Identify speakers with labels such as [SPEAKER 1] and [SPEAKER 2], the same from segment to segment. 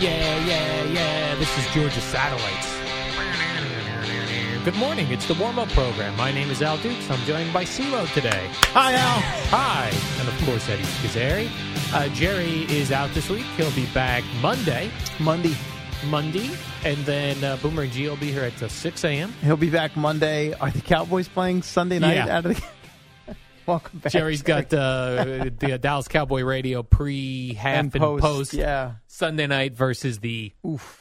[SPEAKER 1] Yeah, yeah, yeah. This is Georgia Satellites. Good morning. It's the warm up program. My name is Al Dukes. I'm joined by CeeLo today. Hi, Al. Hi. And of course, Eddie Schizzeri. Uh, Jerry is out this week. He'll be back Monday.
[SPEAKER 2] Monday.
[SPEAKER 1] Monday. And then uh, Boomer and G will be here at uh, 6 a.m.
[SPEAKER 2] He'll be back Monday. Are the Cowboys playing Sunday night?
[SPEAKER 1] Yeah.
[SPEAKER 2] Out of the welcome back.
[SPEAKER 1] Jerry's got uh, the Dallas Cowboy radio pre, half, and,
[SPEAKER 2] and post. Yeah,
[SPEAKER 1] Sunday night versus the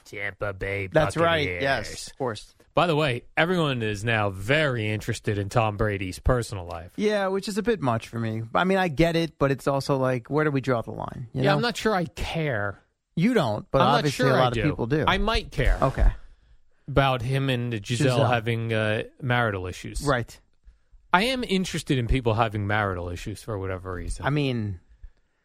[SPEAKER 1] Tampa Bay
[SPEAKER 2] that's right.
[SPEAKER 1] Buccaneers.
[SPEAKER 2] Yes, of course.
[SPEAKER 1] By the way, everyone is now very interested in Tom Brady's personal life.
[SPEAKER 2] Yeah, which is a bit much for me. I mean, I get it, but it's also like, where do we draw the line? You
[SPEAKER 1] yeah,
[SPEAKER 2] know?
[SPEAKER 1] I'm not sure I care.
[SPEAKER 2] You don't, but
[SPEAKER 1] I'm not
[SPEAKER 2] obviously
[SPEAKER 1] sure
[SPEAKER 2] a
[SPEAKER 1] I
[SPEAKER 2] lot
[SPEAKER 1] do.
[SPEAKER 2] of people do.
[SPEAKER 1] I might care
[SPEAKER 2] okay,
[SPEAKER 1] about him and Giselle,
[SPEAKER 2] Giselle.
[SPEAKER 1] having uh, marital issues.
[SPEAKER 2] right.
[SPEAKER 1] I am interested in people having marital issues for whatever reason.
[SPEAKER 2] I mean,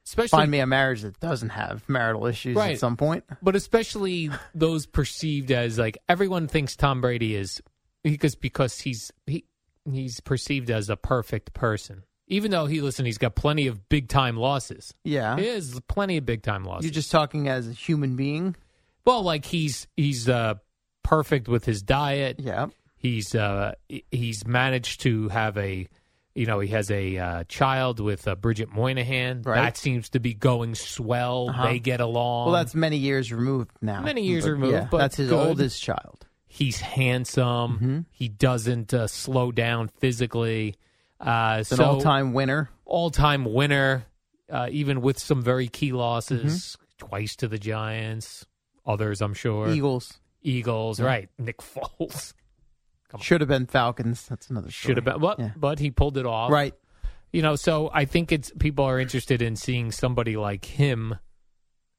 [SPEAKER 1] especially,
[SPEAKER 2] find me a marriage that doesn't have marital issues
[SPEAKER 1] Right.
[SPEAKER 2] at some point.
[SPEAKER 1] but especially those perceived as like everyone thinks Tom Brady is because because he's he he's perceived as a perfect person. Even though he listen, he's got plenty of big time losses.
[SPEAKER 2] Yeah,
[SPEAKER 1] He has plenty of big time losses.
[SPEAKER 2] you're just talking as a human being.
[SPEAKER 1] Well, like he's he's uh, perfect with his diet.
[SPEAKER 2] Yeah,
[SPEAKER 1] He's uh, he- he's managed to have a you know he has a uh, child with uh, Bridget Moynihan.
[SPEAKER 2] Right.
[SPEAKER 1] That seems to be going swell.
[SPEAKER 2] Uh-huh.
[SPEAKER 1] They get along.
[SPEAKER 2] well, that's many years removed now.
[SPEAKER 1] Um, Many years
[SPEAKER 2] But,
[SPEAKER 1] removed,
[SPEAKER 2] yeah,
[SPEAKER 1] but
[SPEAKER 2] that's his
[SPEAKER 1] good.
[SPEAKER 2] oldest Mm-hmm. child.
[SPEAKER 1] he's handsome. He doesn't uh, slow down physically. Uh,
[SPEAKER 2] It's an
[SPEAKER 1] so
[SPEAKER 2] all-time winner.
[SPEAKER 1] all-time winner, uh, even with some very key losses,
[SPEAKER 2] Mm-hmm.
[SPEAKER 1] twice to the Giants. Others, I'm sure.
[SPEAKER 2] Eagles.
[SPEAKER 1] Eagles, right? Nick Foles. Come on.
[SPEAKER 2] Should have been Falcons. That's another story.
[SPEAKER 1] should have been, but,
[SPEAKER 2] Yeah.
[SPEAKER 1] but he pulled it off,
[SPEAKER 2] right.
[SPEAKER 1] You know, so I think it's people are interested in seeing somebody like him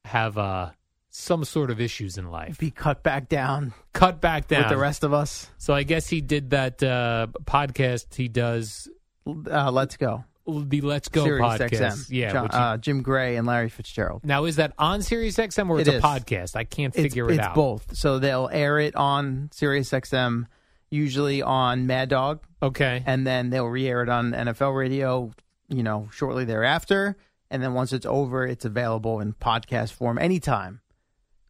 [SPEAKER 1] have uh, some sort of issues in life.
[SPEAKER 2] Be cut back down
[SPEAKER 1] Cut back down
[SPEAKER 2] with the rest of us.
[SPEAKER 1] So I guess he did that uh, podcast. He does
[SPEAKER 2] Uh, let's go.
[SPEAKER 1] the Let's Go
[SPEAKER 2] Sirius
[SPEAKER 1] podcast.
[SPEAKER 2] XM.
[SPEAKER 1] Yeah.
[SPEAKER 2] John-
[SPEAKER 1] which he-
[SPEAKER 2] uh, Jim Gray and Larry Fitzgerald.
[SPEAKER 1] now is that on Sirius XM or
[SPEAKER 2] It
[SPEAKER 1] it's a
[SPEAKER 2] is.
[SPEAKER 1] podcast? I can't
[SPEAKER 2] It's,
[SPEAKER 1] figure it
[SPEAKER 2] it's
[SPEAKER 1] out.
[SPEAKER 2] both. So they'll air it on Sirius XM, usually on Mad Dog,
[SPEAKER 1] Okay.
[SPEAKER 2] and then they'll re-air it on NFL Radio. You know, shortly thereafter, and then once it's over, it's available in podcast form anytime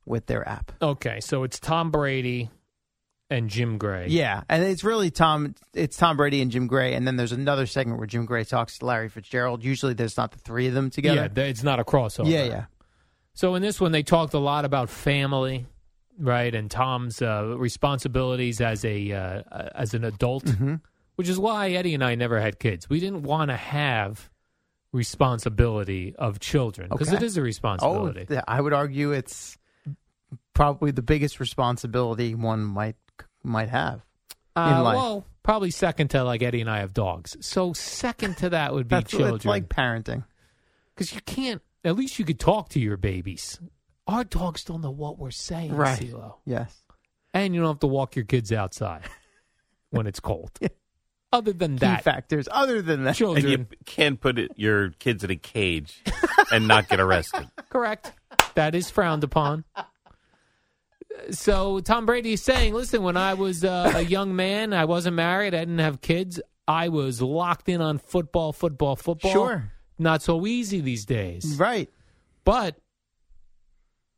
[SPEAKER 2] with their app.
[SPEAKER 1] Okay. So it's Tom Brady and Jim Gray.
[SPEAKER 2] Yeah, and it's really Tom. It's Tom Brady and Jim Gray, and then there's another segment where Jim Gray talks to Larry Fitzgerald. Usually, there's not the three of them
[SPEAKER 1] Yeah.
[SPEAKER 2] together.
[SPEAKER 1] th- It's not a crossover.
[SPEAKER 2] yeah, yeah.
[SPEAKER 1] So in this one, they talked a lot about family, right, and Tom's uh, responsibilities as a uh, as an adult,
[SPEAKER 2] Mm-hmm.
[SPEAKER 1] which is why Eddie and I never had kids. We didn't want to have responsibility of children because
[SPEAKER 2] Okay.
[SPEAKER 1] it is a
[SPEAKER 2] Oh,
[SPEAKER 1] responsibility.
[SPEAKER 2] th- I would argue it's probably the biggest responsibility one might might have.
[SPEAKER 1] uh,
[SPEAKER 2] in life.
[SPEAKER 1] Well, probably second to like Eddie and I have dogs. So second to that would be
[SPEAKER 2] That's what
[SPEAKER 1] children,
[SPEAKER 2] it's like parenting.
[SPEAKER 1] because you can't. At least you could talk to your babies. Our dogs don't know what we're saying,
[SPEAKER 2] Right.
[SPEAKER 1] CeeLo.
[SPEAKER 2] Yes.
[SPEAKER 1] and you don't have to walk your kids outside when it's cold. Other than
[SPEAKER 2] Key
[SPEAKER 1] that,
[SPEAKER 2] factors. Other than that,
[SPEAKER 3] And
[SPEAKER 1] children,
[SPEAKER 3] you can't put it, your kids in a cage and not get arrested.
[SPEAKER 1] correct? That is frowned upon. So Tom Brady is saying, "Listen, when I was uh, a young man, I wasn't married, I didn't have kids. I was locked in on football, football, football.
[SPEAKER 2] Sure.
[SPEAKER 1] not so easy these days.
[SPEAKER 2] right?
[SPEAKER 1] But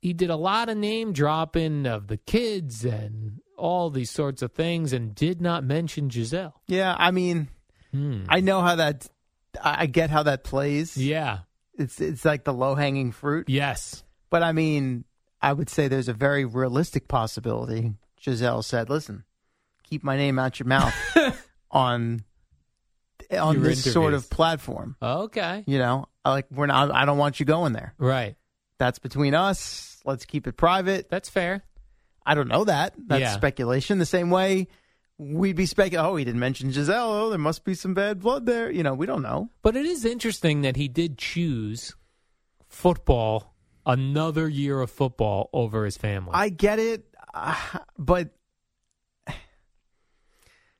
[SPEAKER 1] he did a lot of name dropping of the kids and all these sorts of things, and did not mention Giselle.
[SPEAKER 2] Yeah. I mean, I know how that. I I get how that plays.
[SPEAKER 1] Hmm. Yeah,
[SPEAKER 2] It's it's like the low hanging fruit.
[SPEAKER 1] yes."
[SPEAKER 2] But I mean, I would say there's a very realistic possibility. Giselle said, "Listen, keep my name out your mouth. on on
[SPEAKER 1] Your
[SPEAKER 2] this sort
[SPEAKER 1] interviews.
[SPEAKER 2] of platform.
[SPEAKER 1] Okay.
[SPEAKER 2] You know, I like we're not. I don't want you going there.
[SPEAKER 1] Right.
[SPEAKER 2] That's between us. Let's keep it private.
[SPEAKER 1] That's fair.
[SPEAKER 2] I don't know that. That's
[SPEAKER 1] Yeah.
[SPEAKER 2] speculation. The same way we'd be speculating. Oh, he didn't mention Giselle. Oh, there must be some bad blood there. You know, we don't know.
[SPEAKER 1] But it is interesting that he did choose football, another year of football, over his family.
[SPEAKER 2] I get it, uh, but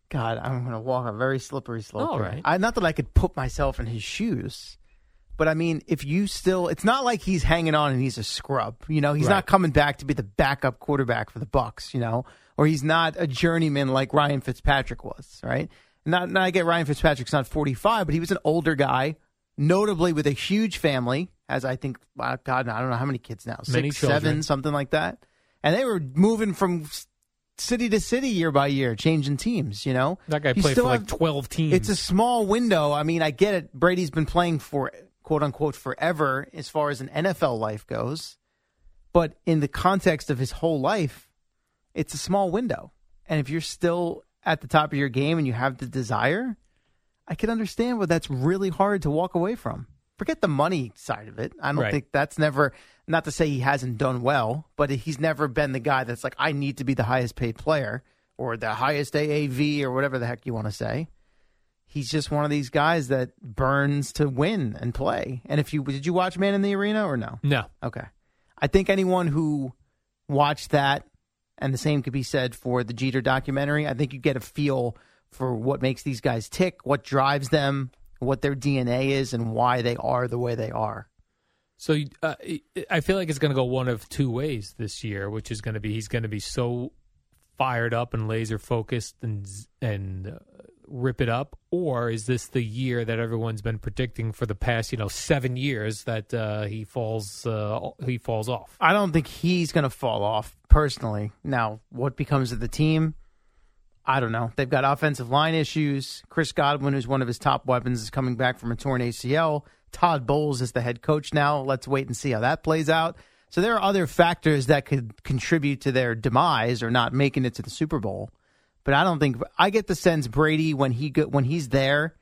[SPEAKER 2] God, I'm going to walk a very slippery slope.
[SPEAKER 1] All
[SPEAKER 2] here.
[SPEAKER 1] right.
[SPEAKER 2] I, not that I could put myself in his shoes, but I mean, if you still, it's not like he's hanging on and he's a scrub. You know, he's
[SPEAKER 1] Right.
[SPEAKER 2] not coming back to be the backup quarterback for the Bucks. You know, or he's not a journeyman like Ryan Fitzpatrick was. Right. Not, not I get Ryan Fitzpatrick's not 45, but he was an older guy, notably with a huge family. As I think, wow, God, I don't know how many kids now,
[SPEAKER 1] Many
[SPEAKER 2] six,
[SPEAKER 1] children.
[SPEAKER 2] seven, something like that. And they were moving from s- city to city year by year, changing teams. You know,
[SPEAKER 1] that guy
[SPEAKER 2] You
[SPEAKER 1] played for
[SPEAKER 2] still
[SPEAKER 1] like
[SPEAKER 2] have-
[SPEAKER 1] 12 teams.
[SPEAKER 2] It's a small window. I mean, I get it. Brady's been playing for quote unquote forever as far as an NFL life goes, but in the context of his whole life, it's a small window. And if you're still at the top of your game and you have the desire, I can understand why that's really hard to walk away from. Forget the money side of it. I don't
[SPEAKER 1] Right.
[SPEAKER 2] think that's never, not to say he hasn't done well, but he's never been the guy that's like, I need to be the highest paid player or the highest AAV or whatever the heck you want to say. He's just one of these guys that burns to win and play. And if you, did you watch Man in the Arena or no?
[SPEAKER 1] no.
[SPEAKER 2] Okay. I think anyone who watched that, and the same could be said for the Jeter documentary, I think you get a feel for what makes these guys tick, what drives them, what their DNA is, and why they are the way they are.
[SPEAKER 1] So you- uh, I- I feel like it's going to go one of two ways this year, which is going to be he's going to be so fired up and laser focused and z- and uh, rip it up, or is this the year that everyone's been predicting for the past you know seven years that uh, he falls uh, he falls off?
[SPEAKER 2] I don't think he's going to fall off personally. Now, what becomes of the team? I don't know. They've got offensive line issues. Chris Godwin, who's one of his top weapons, is coming back from a torn ACL. Todd Bowles is the head coach now. Let's wait and see how that plays out. So there are other factors that could contribute to their demise or not making it to the Super Bowl. But I don't think I get the sense Brady when he go, when he's there,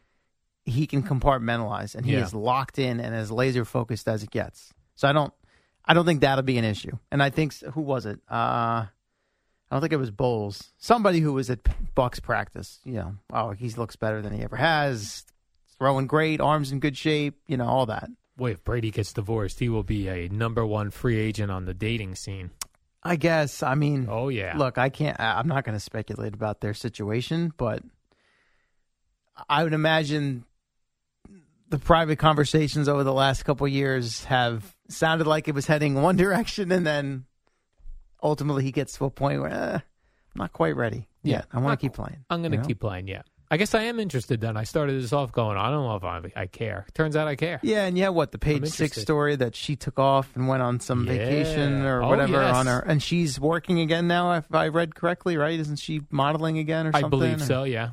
[SPEAKER 2] he can compartmentalize and he
[SPEAKER 1] Yeah.
[SPEAKER 2] is locked in and as laser focused as it gets. So I don't I don't think that'll be an issue. And I think who was it? Uh I don't think it was Bowles. Somebody who was at Bucks practice. You know, oh, he looks better than he ever has. Throwing great, arms in good shape. You know, all that.
[SPEAKER 1] Wait, if Brady gets divorced, he will be a number one free agent on the dating scene.
[SPEAKER 2] I guess. I mean,
[SPEAKER 1] Oh yeah,
[SPEAKER 2] look, I can't. I- I'm not going to speculate about their situation, but I would imagine the private conversations over the last couple of years have sounded like it was heading one direction, and then ultimately he gets to a point where eh, I'm not quite ready.
[SPEAKER 1] Yeah.
[SPEAKER 2] Yeah, I want
[SPEAKER 1] Not-
[SPEAKER 2] to keep playing.
[SPEAKER 1] I'm going to
[SPEAKER 2] you know?
[SPEAKER 1] keep playing. Yeah, I guess I am interested. Then I started this off going, I don't know if I, I care. Turns out I care.
[SPEAKER 2] Yeah, and yeah, what the page six
[SPEAKER 1] interested.
[SPEAKER 2] story that she took off and went on some
[SPEAKER 1] Yeah.
[SPEAKER 2] vacation or
[SPEAKER 1] Oh,
[SPEAKER 2] whatever
[SPEAKER 1] yes.
[SPEAKER 2] on her, and she's working again now. If I read correctly, right? Isn't she modeling again or
[SPEAKER 1] I
[SPEAKER 2] something?
[SPEAKER 1] believe
[SPEAKER 2] Or-
[SPEAKER 1] so. Yeah.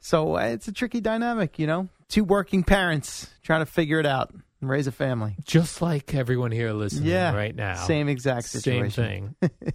[SPEAKER 2] So uh, it's a tricky dynamic, you know. Two working parents trying to figure it out and raise a family.
[SPEAKER 1] just like everyone here listening
[SPEAKER 2] yeah,
[SPEAKER 1] right now.
[SPEAKER 2] Same exact situation.
[SPEAKER 1] Same thing.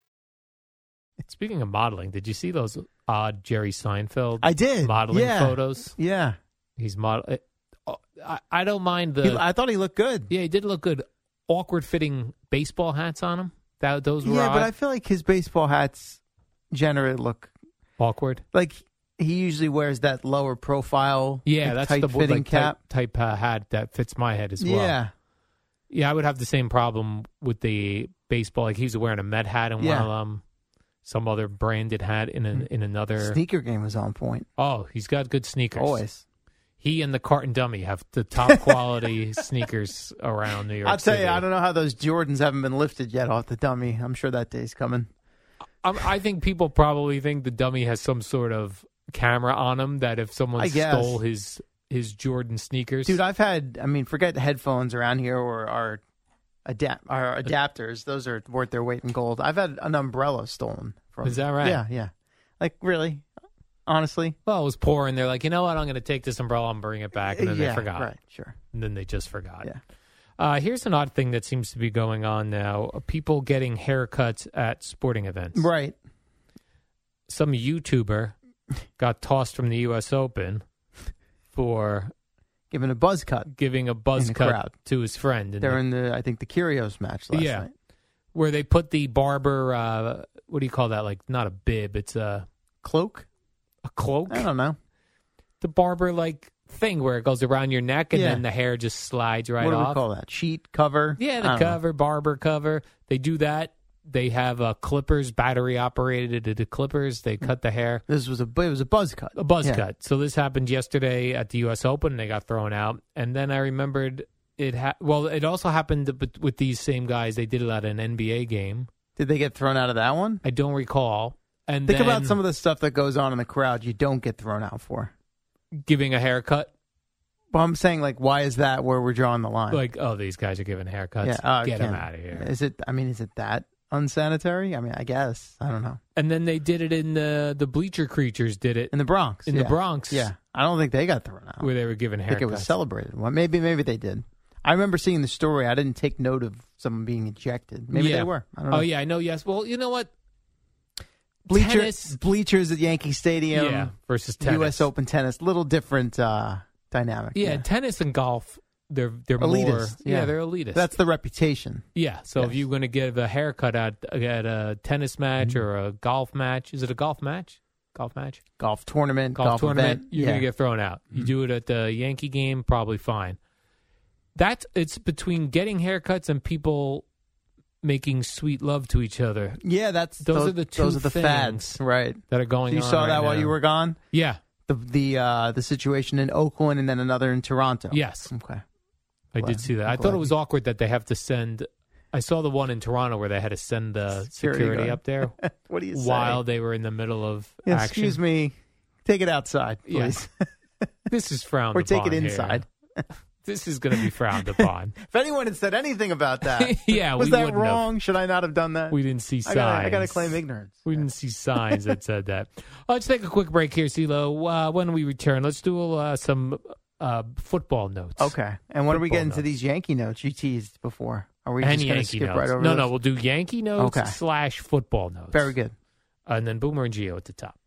[SPEAKER 1] Speaking of modeling, did you see those odd Jerry Seinfeld
[SPEAKER 2] I did
[SPEAKER 1] modeling
[SPEAKER 2] yeah.
[SPEAKER 1] photos?
[SPEAKER 2] Yeah,
[SPEAKER 1] He's model. uh, I, I don't mind the.
[SPEAKER 2] He- I thought he looked good.
[SPEAKER 1] yeah, he did look good. Awkward fitting baseball hats on him. That those were
[SPEAKER 2] yeah,
[SPEAKER 1] odd.
[SPEAKER 2] but I feel like his baseball hats generally look
[SPEAKER 1] awkward.
[SPEAKER 2] like he usually wears that lower profile.
[SPEAKER 1] Yeah,
[SPEAKER 2] like,
[SPEAKER 1] that's
[SPEAKER 2] tight
[SPEAKER 1] the
[SPEAKER 2] fitting
[SPEAKER 1] like,
[SPEAKER 2] cap.
[SPEAKER 1] type, type uh, hat that fits my head as well.
[SPEAKER 2] Yeah,
[SPEAKER 1] Yeah, I would have the same problem with the baseball. Like he was wearing a Met hat and
[SPEAKER 2] Yeah.
[SPEAKER 1] one of them, some other branded hat in an, in another.
[SPEAKER 2] sneaker game was on point
[SPEAKER 1] oh, he's got good sneakers.
[SPEAKER 2] always.
[SPEAKER 1] he and the carton dummy have the top quality sneakers around New York.
[SPEAKER 2] I'll tell
[SPEAKER 1] City.
[SPEAKER 2] you, I don't know how those Jordans haven't been lifted yet off the dummy. I'm sure that day's coming.
[SPEAKER 1] Um, I'm- I think people probably think the dummy has some sort of camera on him that if someone
[SPEAKER 2] I guess.
[SPEAKER 1] stole his his Jordan sneakers,
[SPEAKER 2] Dude, I've had, I mean, forget headphones around here or our, adapt,
[SPEAKER 1] Uh,
[SPEAKER 2] our adapters. Those are worth their weight in gold. I've had an umbrella stolen from.
[SPEAKER 1] Is that right?
[SPEAKER 2] Yeah, yeah. Like, really? Honestly?
[SPEAKER 1] well, it was poor, and they're like, you know what? I'm going to take this umbrella and bring it back, and then
[SPEAKER 2] yeah,
[SPEAKER 1] they forgot.
[SPEAKER 2] Right, sure.
[SPEAKER 1] And then they just forgot.
[SPEAKER 2] Yeah.
[SPEAKER 1] Uh, here's an odd thing that seems to be going on now: people getting haircuts at sporting events.
[SPEAKER 2] Right.
[SPEAKER 1] Some YouTuber got tossed from the U.S. Open for
[SPEAKER 2] Given a buzz cut.
[SPEAKER 1] giving a buzz
[SPEAKER 2] the
[SPEAKER 1] cut
[SPEAKER 2] crowd.
[SPEAKER 1] to his friend. in
[SPEAKER 2] They're
[SPEAKER 1] the-
[SPEAKER 2] in the, I think, the Curios match last
[SPEAKER 1] Yeah.
[SPEAKER 2] night.
[SPEAKER 1] where they put the barber. Uh, what do you call that? Like not a bib. It's a
[SPEAKER 2] Cloak?
[SPEAKER 1] a cloak.
[SPEAKER 2] I don't know.
[SPEAKER 1] The barber like thing where it goes around your neck and
[SPEAKER 2] Yeah.
[SPEAKER 1] then the hair just slides right
[SPEAKER 2] what do
[SPEAKER 1] off.
[SPEAKER 2] we call that? Sheet cover?
[SPEAKER 1] Yeah, the
[SPEAKER 2] I don't know.
[SPEAKER 1] cover, barber cover. They do that. They have uh, clippers, battery operated to the clippers. They cut the hair.
[SPEAKER 2] This was a bu- it was a buzz cut.
[SPEAKER 1] A buzz
[SPEAKER 2] Yeah.
[SPEAKER 1] cut. So this happened yesterday at the U.S. Open. They got thrown out, and then I remembered it. Ha- well, it also happened with- with these same guys. They did it at an NBA game.
[SPEAKER 2] Did they get thrown out of that one?
[SPEAKER 1] I don't recall. And
[SPEAKER 2] Think
[SPEAKER 1] then
[SPEAKER 2] about some of the stuff that goes on in the crowd you don't get thrown out for.
[SPEAKER 1] giving a haircut.
[SPEAKER 2] But I'm saying, like, why is that where we're drawing the line?
[SPEAKER 1] Like, oh, these guys are giving haircuts.
[SPEAKER 2] uh,
[SPEAKER 1] Get them
[SPEAKER 2] Ken,
[SPEAKER 1] out of here.
[SPEAKER 2] Is it? I mean, is it that unsanitary? I mean, I guess I don't know.
[SPEAKER 1] and then they did it in the the bleacher creatures did it
[SPEAKER 2] In the Bronx,
[SPEAKER 1] In the
[SPEAKER 2] yeah.
[SPEAKER 1] Bronx.
[SPEAKER 2] yeah. I don't think they got thrown out.
[SPEAKER 1] where they were giving haircuts.
[SPEAKER 2] I think it was celebrated. Well, maybe, maybe they did. I remember seeing the story. I didn't take note of someone being ejected. Maybe
[SPEAKER 1] Yeah.
[SPEAKER 2] they were. I don't know.
[SPEAKER 1] Oh yeah, I know. Yes. Well, you know what?
[SPEAKER 2] Bleacher-
[SPEAKER 1] Tennis-
[SPEAKER 2] bleachers at Yankee Stadium.
[SPEAKER 1] yeah. Versus tennis.
[SPEAKER 2] U.S. Open tennis, little different uh, dynamic.
[SPEAKER 1] Yeah, tennis and golf. They're they're more.
[SPEAKER 2] elitist.
[SPEAKER 1] Yeah, they're elitist.
[SPEAKER 2] That's the reputation.
[SPEAKER 1] yeah. So if you're going to give a haircut at at a tennis match
[SPEAKER 2] Mm-hmm.
[SPEAKER 1] or a golf match, is it a golf match? Golf match.
[SPEAKER 2] Golf tournament,
[SPEAKER 1] golf,
[SPEAKER 2] golf,
[SPEAKER 1] tournament,
[SPEAKER 2] event.
[SPEAKER 1] you're
[SPEAKER 2] yeah. Mm-hmm.
[SPEAKER 1] gonna get thrown out. You do it at the Yankee game, probably fine. That's it's between getting haircuts and people making sweet love to each other
[SPEAKER 2] Yeah, that's
[SPEAKER 1] Those are the two
[SPEAKER 2] those are the
[SPEAKER 1] things
[SPEAKER 2] fads, right?
[SPEAKER 1] that are going.
[SPEAKER 2] So you
[SPEAKER 1] on
[SPEAKER 2] saw
[SPEAKER 1] right
[SPEAKER 2] that while
[SPEAKER 1] now.
[SPEAKER 2] you were gone.
[SPEAKER 1] Yeah,
[SPEAKER 2] The the uh, the situation in Oakland and then another in Toronto.
[SPEAKER 1] Yes.
[SPEAKER 2] Okay.
[SPEAKER 1] I
[SPEAKER 2] Glad-
[SPEAKER 1] did see that.
[SPEAKER 2] I'm
[SPEAKER 1] I thought
[SPEAKER 2] glad
[SPEAKER 1] it was awkward that they have to send. I saw the one in Toronto where they had to send the
[SPEAKER 2] Security
[SPEAKER 1] security,
[SPEAKER 2] guard.
[SPEAKER 1] up there
[SPEAKER 2] What do you say?
[SPEAKER 1] while they were in the middle of
[SPEAKER 2] Yeah,
[SPEAKER 1] action.
[SPEAKER 2] Excuse me. Take it outside,
[SPEAKER 1] Yeah.
[SPEAKER 2] please,
[SPEAKER 1] This is frowned
[SPEAKER 2] or
[SPEAKER 1] upon.
[SPEAKER 2] take it
[SPEAKER 1] here.
[SPEAKER 2] inside.
[SPEAKER 1] This is going to be frowned upon.
[SPEAKER 2] If anyone had said anything about that,
[SPEAKER 1] Yeah,
[SPEAKER 2] was
[SPEAKER 1] we
[SPEAKER 2] that
[SPEAKER 1] wouldn't have.
[SPEAKER 2] wrong? Should I not have done that?
[SPEAKER 1] We didn't see
[SPEAKER 2] I
[SPEAKER 1] signs.
[SPEAKER 2] gotta, I gotta claim ignorance.
[SPEAKER 1] We didn't see signs that said that. Uh, let's take a quick break here, CeeLo. Uh, when we return, let's do uh, some uh, football notes.
[SPEAKER 2] Okay. And when are we
[SPEAKER 1] Football
[SPEAKER 2] getting to
[SPEAKER 1] notes.
[SPEAKER 2] these Yankee notes you teased before? Are we
[SPEAKER 1] And
[SPEAKER 2] just gonna
[SPEAKER 1] Yankee
[SPEAKER 2] skip
[SPEAKER 1] notes.
[SPEAKER 2] right over?
[SPEAKER 1] no,
[SPEAKER 2] those?
[SPEAKER 1] no, we'll do Yankee notes
[SPEAKER 2] Okay.
[SPEAKER 1] slash football notes.
[SPEAKER 2] Very good.
[SPEAKER 1] And then Boomer and Geo at the top.